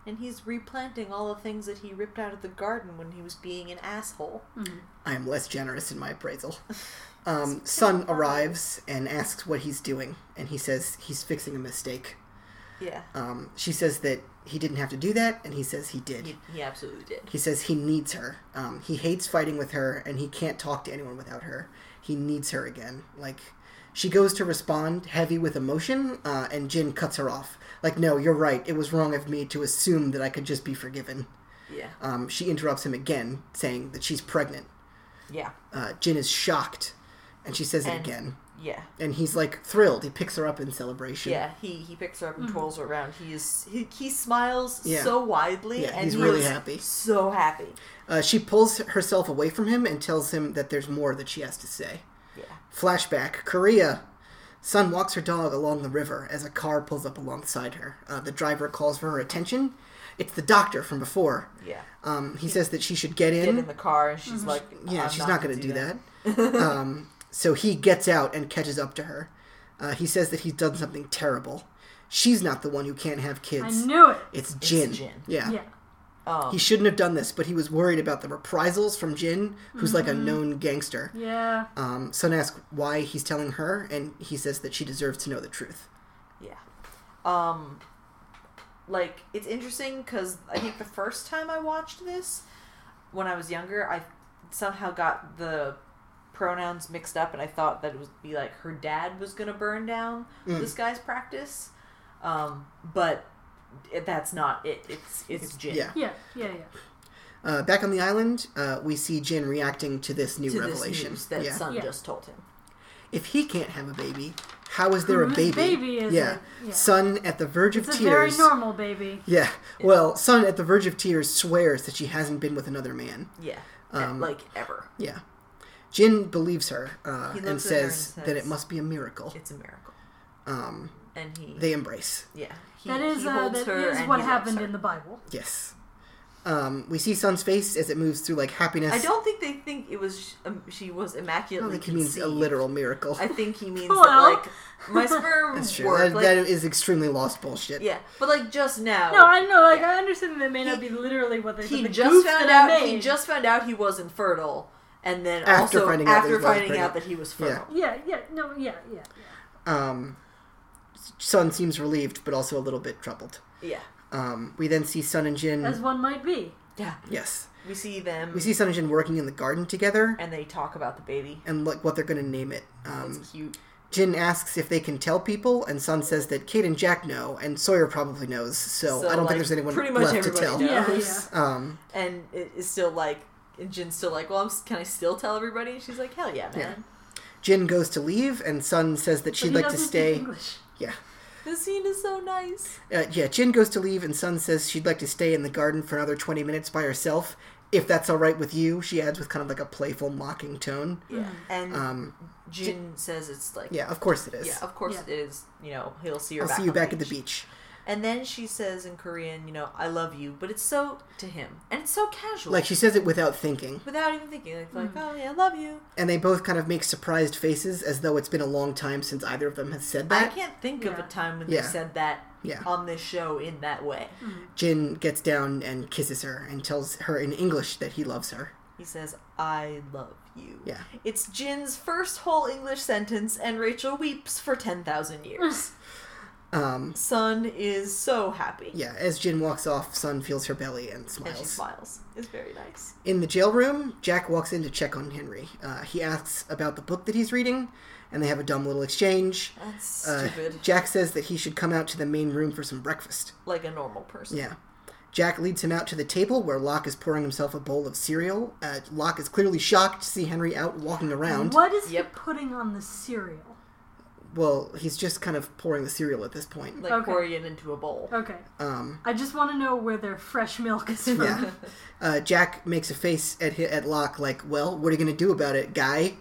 S3: And he's replanting all the things that he ripped out of the garden when he was being an asshole.
S1: Mm.
S2: I am less generous in my appraisal. Um, Sun arrives and asks what he's doing, and he says he's fixing a mistake.
S3: Yeah.
S2: Um, she says that he didn't have to do that, and he says he did.
S3: He, he absolutely did.
S2: He says he needs her. Um, he hates fighting with her, and he can't talk to anyone without her. He needs her again. Like, she goes to respond heavy with emotion, uh, and Jin cuts her off. Like, no, you're right. It was wrong of me to assume that I could just be forgiven.
S3: Yeah.
S2: Um, she interrupts him again, saying that she's pregnant.
S3: Yeah.
S2: Uh, Jin is shocked, and she says it
S3: And-
S2: again.
S3: Yeah.
S2: And he's like thrilled. He picks her up in celebration.
S3: Yeah, he, he picks her up and twirls her around. He is he, he smiles
S2: Yeah.
S3: so widely
S2: Yeah,
S3: and
S2: he's
S3: he
S2: really
S3: is
S2: happy.
S3: So happy.
S2: Uh, she pulls herself away from him and tells him that there's more that she has to say.
S3: Yeah.
S2: Flashback Korea. Sun walks her dog along the river as a car pulls up alongside her. Uh, the driver calls for her attention. It's the doctor from before.
S3: Yeah.
S2: Um, he says that she should get in.
S3: Get in the car and she's like
S2: Yeah,
S3: "I'm
S2: she's not going to
S3: gonna
S2: do that. um, so he gets out and catches up to her. Uh, he says that he's done something terrible. She's not the one who can't have
S1: I
S2: kids.
S1: knew it.
S2: It's Jin.
S3: Jin.
S2: Yeah.
S1: Yeah.
S3: Um,
S2: He shouldn't have done this, but he was worried about the reprisals from Jin, who's like a known gangster.
S1: Yeah.
S2: Um, Sun asks why he's telling her, and he says that she deserves to know the truth.
S3: Yeah. Um like it's interesting cuz I think the first time I watched this when I was younger, I somehow got the pronouns mixed up and I thought that it would be like her dad was going to burn down
S2: Mm.
S3: this guy's practice. Um but it- that's not it. It's it's, Jin.
S2: yeah.
S1: Yeah. Yeah. Yeah.
S2: Uh, back on the island, uh, we see Jin reacting to this new
S3: To this
S2: revelation.
S3: news that
S2: yeah.
S3: Sun
S1: Yeah.
S3: just told him.
S2: if he can't have a baby, how is there a
S1: Whose
S2: baby?
S1: baby is
S2: yeah.
S1: it? Yeah.
S2: Son at the verge
S1: It's
S2: of
S1: a very
S2: tears.
S1: normal baby.
S2: yeah. Well, Son at the verge of tears swears that she hasn't been with another man.
S3: Yeah. E,
S2: Um,
S3: like ever.
S2: Yeah. Jin believes her uh,
S3: He
S2: and
S3: looks at her
S2: says
S3: and
S2: that
S3: says-
S2: it must be a miracle.
S3: It's a miracle.
S2: Um,
S3: and he
S2: They embrace.
S3: yeah he,
S1: that is,
S3: he
S1: uh,
S3: holds
S1: that
S3: her
S1: is
S3: and
S1: what
S3: he loves
S1: happened
S3: her.
S1: in the Bible.
S2: Yes. Um, we see Sun's face as it moves through like happiness.
S3: I don't think they think it was um, she was
S2: I don't
S3: immaculately
S2: think he means a
S3: conceived.
S2: literal miracle.
S3: I think he means
S1: Well.
S3: that, like my sperm
S2: That's true.
S3: worked.
S2: That,
S3: like,
S2: that is extremely lost bullshit.
S3: yeah, but like just now.
S1: No, I know. Like
S3: Yeah.
S1: I understand that may not be literally what they.
S3: he
S1: but the goof
S3: just found
S1: that I
S3: out he
S1: made-
S3: just found out he was infertile and then
S2: After
S3: also
S2: finding out that
S3: after
S2: he was
S3: finding
S2: pregnant.
S3: out that he was fertile.
S1: Yeah, yeah, no, yeah, yeah. yeah.
S2: Um, Sun seems relieved, but also a little bit troubled.
S3: Yeah.
S2: Um, we then see Sun and Jin.
S3: Mm.
S1: As one might be.
S3: Yeah.
S2: yes,
S3: We see them
S2: we see Sun and Jin working in the garden together,
S3: and they talk about the baby.
S2: and like what they're going to name it.
S3: It's
S2: Um,
S3: cute.
S2: Jin asks if they can tell people, and Sun says that Kate and Jack know, and Sawyer probably knows. So,
S3: So,
S2: I don't
S3: like,
S2: think there's anyone
S3: pretty much
S2: left to
S3: everybody
S2: tell.
S3: knows.
S1: Yeah,
S3: Yes.
S1: yeah.
S2: Um,
S3: And it is still like and Jin's still like, Well I'm s- can I still tell everybody? And she's like, Hell yeah, man.
S2: Jin goes to leave, and Sun says that
S1: But he
S2: she'd like to
S1: doesn't speak
S2: stay.
S1: English.
S2: Yeah.
S3: This scene is so nice.
S2: Uh, yeah, Jin goes to leave, and Sun says she'd like to stay in the garden for another 20 minutes by herself. If that's all right with you, she adds with kind of like a playful, mocking tone.
S3: Yeah. And
S2: Um,
S3: Jin says it's like
S2: yeah, of course it is.
S3: Yeah, of course
S1: Yeah.
S3: it is. You know, he'll see her
S2: I'll
S3: back
S2: see you
S3: on the
S2: back at the
S3: beach.
S2: beach.
S3: And then she says in Korean, you know, I love you, but it's so to him. And it's so casual.
S2: Like, she Mm. says it without thinking.
S3: without even thinking. Like, like oh yeah, I love you.
S2: And they both kind of make surprised faces as though it's been a long time since either of them has said
S3: I
S2: that.
S3: can't think of a
S1: Yeah.
S3: time when
S2: Yeah.
S3: they said that
S2: Yeah. Mm.
S3: on this show in that way.
S2: Jin gets down and kisses her and tells her in English that he loves her.
S3: He says, "I love you."
S2: Yeah.
S3: It's Jin's first whole English sentence, and Rachel weeps for ten thousand years.
S2: Um,
S3: Sun is so happy,
S2: yeah, as Jin walks off, Sun feels her belly and
S3: and she
S2: smiles.
S3: smiles. It's very nice.
S2: In the jail room, Jack walks in to check on Henry. Uh, he asks about the book that he's reading, and they have a dumb little exchange.
S3: That's
S2: Uh,
S3: stupid,
S2: Jack says that he should come out to the main room for some breakfast.
S3: like a normal person.
S2: Yeah. Jack leads him out to the table where Locke is pouring himself a bowl of cereal. Uh, Locke is clearly shocked to see Henry out walking around.
S1: Mm. What is
S3: Mm. Yep.
S1: he putting on the cereal?
S2: Well, he's just kind of pouring the cereal at this point.
S3: Mm-hmm. Like
S1: Okay.
S3: pouring it into a bowl.
S1: Okay,
S2: Um,
S1: I just want to know where their fresh milk is from.
S2: yeah. Uh, Jack makes a face at hi- at Locke like, "Well, what are you going to do about it, guy?"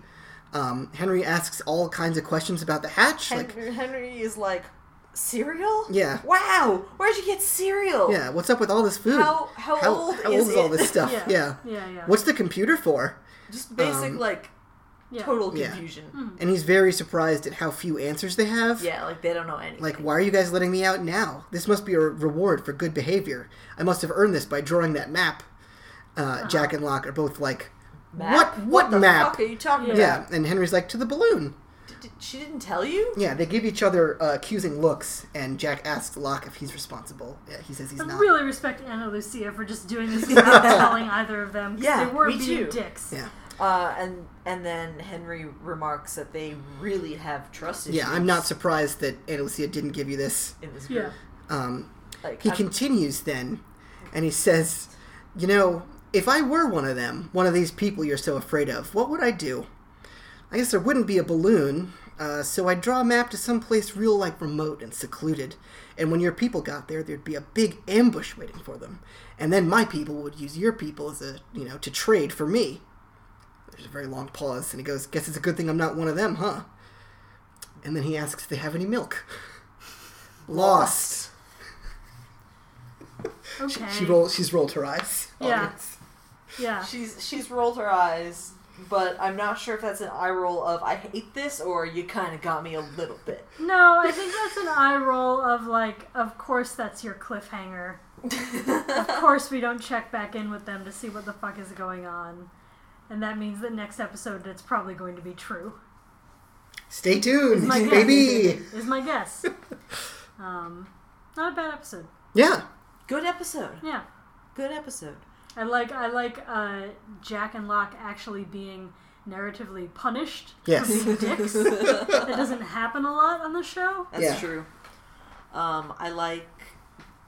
S2: Um, Henry asks all kinds of questions about the hatch, like,
S3: Henry, Henry is like, cereal?
S2: Yeah.
S3: Wow, where'd you get cereal?
S2: Yeah, what's up with all this food?
S3: How how, old
S2: how
S3: is,
S2: is all
S3: it?
S2: this stuff?
S1: Yeah.
S2: Yeah.
S1: Yeah, yeah.
S2: What's the computer for?
S3: Just basic
S2: Um,
S3: like
S1: Yeah. Hmm.
S3: total
S2: Yeah.
S3: confusion.
S2: And he's very surprised at how few answers they have.
S3: Yeah, like they don't know anything.
S2: Like, why are you guys letting me out now? This must be a reward for good behavior. I must have earned this by drawing that map. Uh, Jack and Locke are both like,
S3: Uh-huh. Map?
S2: what? What,
S3: the
S2: map?
S3: fuck are you talking
S1: Yeah.
S2: yeah.
S3: about?
S2: and Henry's like, to the balloon.
S3: D- d- she didn't tell you?
S2: Yeah, they give each other uh, accusing looks, and Jack asks Locke if he's responsible. Yeah, he says he's
S1: I
S2: not.
S1: really respect Anna Lucia for just doing this without telling either of them. 'cause
S3: Yeah,
S1: they were
S3: me
S1: being
S3: too.
S1: dicks.
S2: Yeah,
S3: Uh, and and then Henry remarks that they really have trust issues.
S2: yeah, I'm not surprised that Anna Lucia didn't give you this.
S3: in this group.
S1: Yeah.
S2: Um,
S3: Like
S2: He
S3: I'm-
S2: continues then, and he says, You know, if I were one of them, one of these people you're so afraid of, what would I do? I guess there wouldn't be a balloon, uh, so I'd draw a map to some place real like remote and secluded. And when your people got there, there'd be a big ambush waiting for them. And then my people would use your people as a, you know, to trade for me. There's a very long pause, and he goes, Guess it's a good thing I'm not one of them, huh? And then he asks if they have any milk. Lost.
S1: Okay.
S2: She roll, she's rolled her eyes.
S1: Yeah.
S2: Audience.
S1: yeah.
S3: She's she's rolled her eyes, but I'm not sure if that's an eye roll of I hate this or you kind of got me a little bit.
S1: No, I think that's an eye roll of like, of course that's your cliffhanger. of course we don't check back in with them to see what the fuck is going on. And that means that next episode that's probably going to be true.
S2: Stay tuned,
S1: My guess.
S2: baby.
S1: Is my guess. Um, not a bad episode.
S2: Yeah.
S3: Good episode.
S1: Yeah.
S3: Good episode.
S1: I like I like uh, Jack and Locke actually being narratively punished
S2: Yes.
S1: for being dicks. that doesn't happen a lot on the show.
S3: That's
S2: Yeah.
S3: true. Um, I like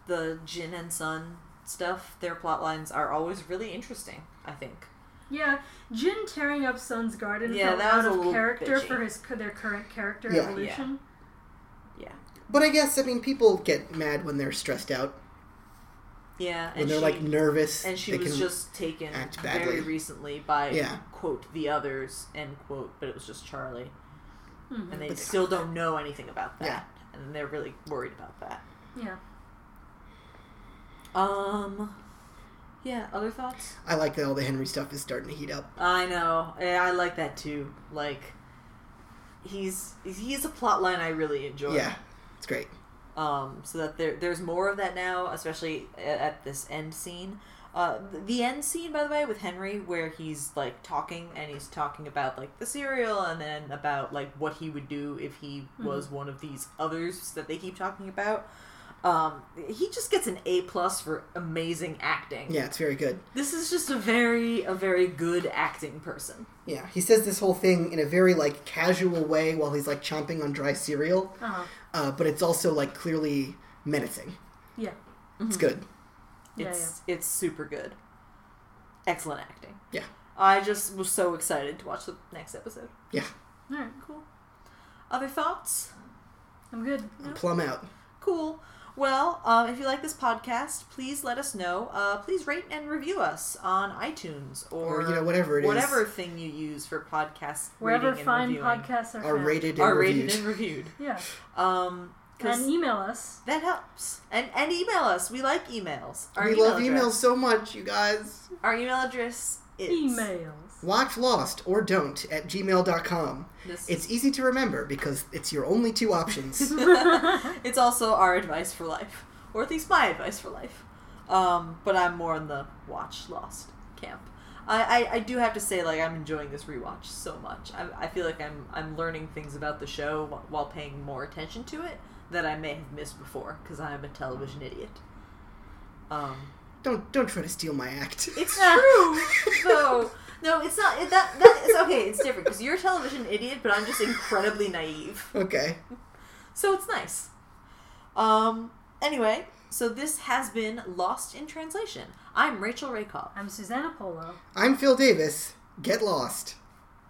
S3: the Jin and Sun stuff. Their plot lines are always really interesting. I think.
S1: Yeah, Jin tearing up Sun's garden
S3: Yeah,
S1: felt
S3: that
S1: out
S3: was a
S1: of
S3: little
S1: character
S3: bitchy.
S1: for his their current character
S2: Yeah.
S1: evolution.
S3: Yeah.
S2: But I guess I mean people get mad when they're stressed out,
S3: Yeah.
S2: when
S3: And
S2: they're
S3: she,
S2: like nervous.
S3: and she
S2: they
S3: was
S2: can-
S3: just taken
S2: act badly.
S3: very recently by
S2: Yeah.
S3: quote the others end quote, but it was just Charlie,
S1: Mhm.
S3: and they
S2: Mm-hmm. But-
S3: still don't know anything about that.
S2: Yeah.
S3: and they're really worried about that.
S1: Yeah.
S3: Um, yeah. Other thoughts?
S2: I like that all the Henry stuff is starting to heat up.
S3: I know. Yeah, I like that too. Like, he's he's a plot line I really enjoy.
S2: Yeah, it's great.
S3: um, so that there there's more of that now, especially a- at this end scene. Uh, th- the end scene, by the way, with Henry, where he's like talking and he's talking about like the cereal and then about like what he would do if he
S1: Hmm.
S3: was one of these others that they keep talking about. Um, he just gets an A plus for amazing acting.
S2: Yeah, it's very good.
S3: This is just a very a very good acting person.
S2: Yeah, he says this whole thing in a very like casual way while he's like chomping on dry cereal,
S1: Uh-huh.
S2: uh, but it's also like clearly menacing.
S1: Yeah.
S3: Mm-hmm.
S2: It's good.
S1: Yeah,
S3: It's it's super good. Excellent acting.
S2: Yeah.
S3: I just was so excited to watch the next episode.
S2: Yeah,
S1: All right.
S3: Cool. Other thoughts?
S1: I'm good.
S2: I'm plumb out.
S3: Cool. Well, um, if you like this podcast, please let us know. Uh, please rate and review us on iTunes or,
S2: Or, you know, whatever it is.
S3: whatever thing you use for podcast
S1: Wherever
S3: rating
S1: fine
S3: and reviewing
S1: podcasts are,
S2: Are
S1: found.
S2: rated and
S3: are
S2: reviewed.
S3: rated and reviewed.
S1: Yeah.
S3: Um, 'cause
S1: And email us.
S3: that helps. And and email us. We like emails. Our
S2: we
S3: email
S2: love
S3: address-
S2: emails so much, you guys.
S3: Our email address is
S1: Emails.
S2: Watch Lost or Don't at gmail.com.
S3: This
S2: It's easy to remember because it's your only two options.
S3: it's also our advice for life, or at least my advice for life. Um, but I'm more in the watch lost camp. I, I, I do have to say, like, I'm enjoying this rewatch so much. I, I feel like I'm I'm learning things about the show wh- while paying more attention to it that I may have missed before because I'm a television idiot. Um,
S2: don't don't try to steal my act.
S3: it's true, though. No, it's not. It, that that is okay. It's different because you're a television idiot, but I'm just incredibly naive.
S2: okay.
S3: So it's nice. Um. Anyway, so this has been Lost in Translation. I'm Rachel Rakoff.
S1: I'm Susanna Polo.
S2: I'm Phil Davis. Get lost.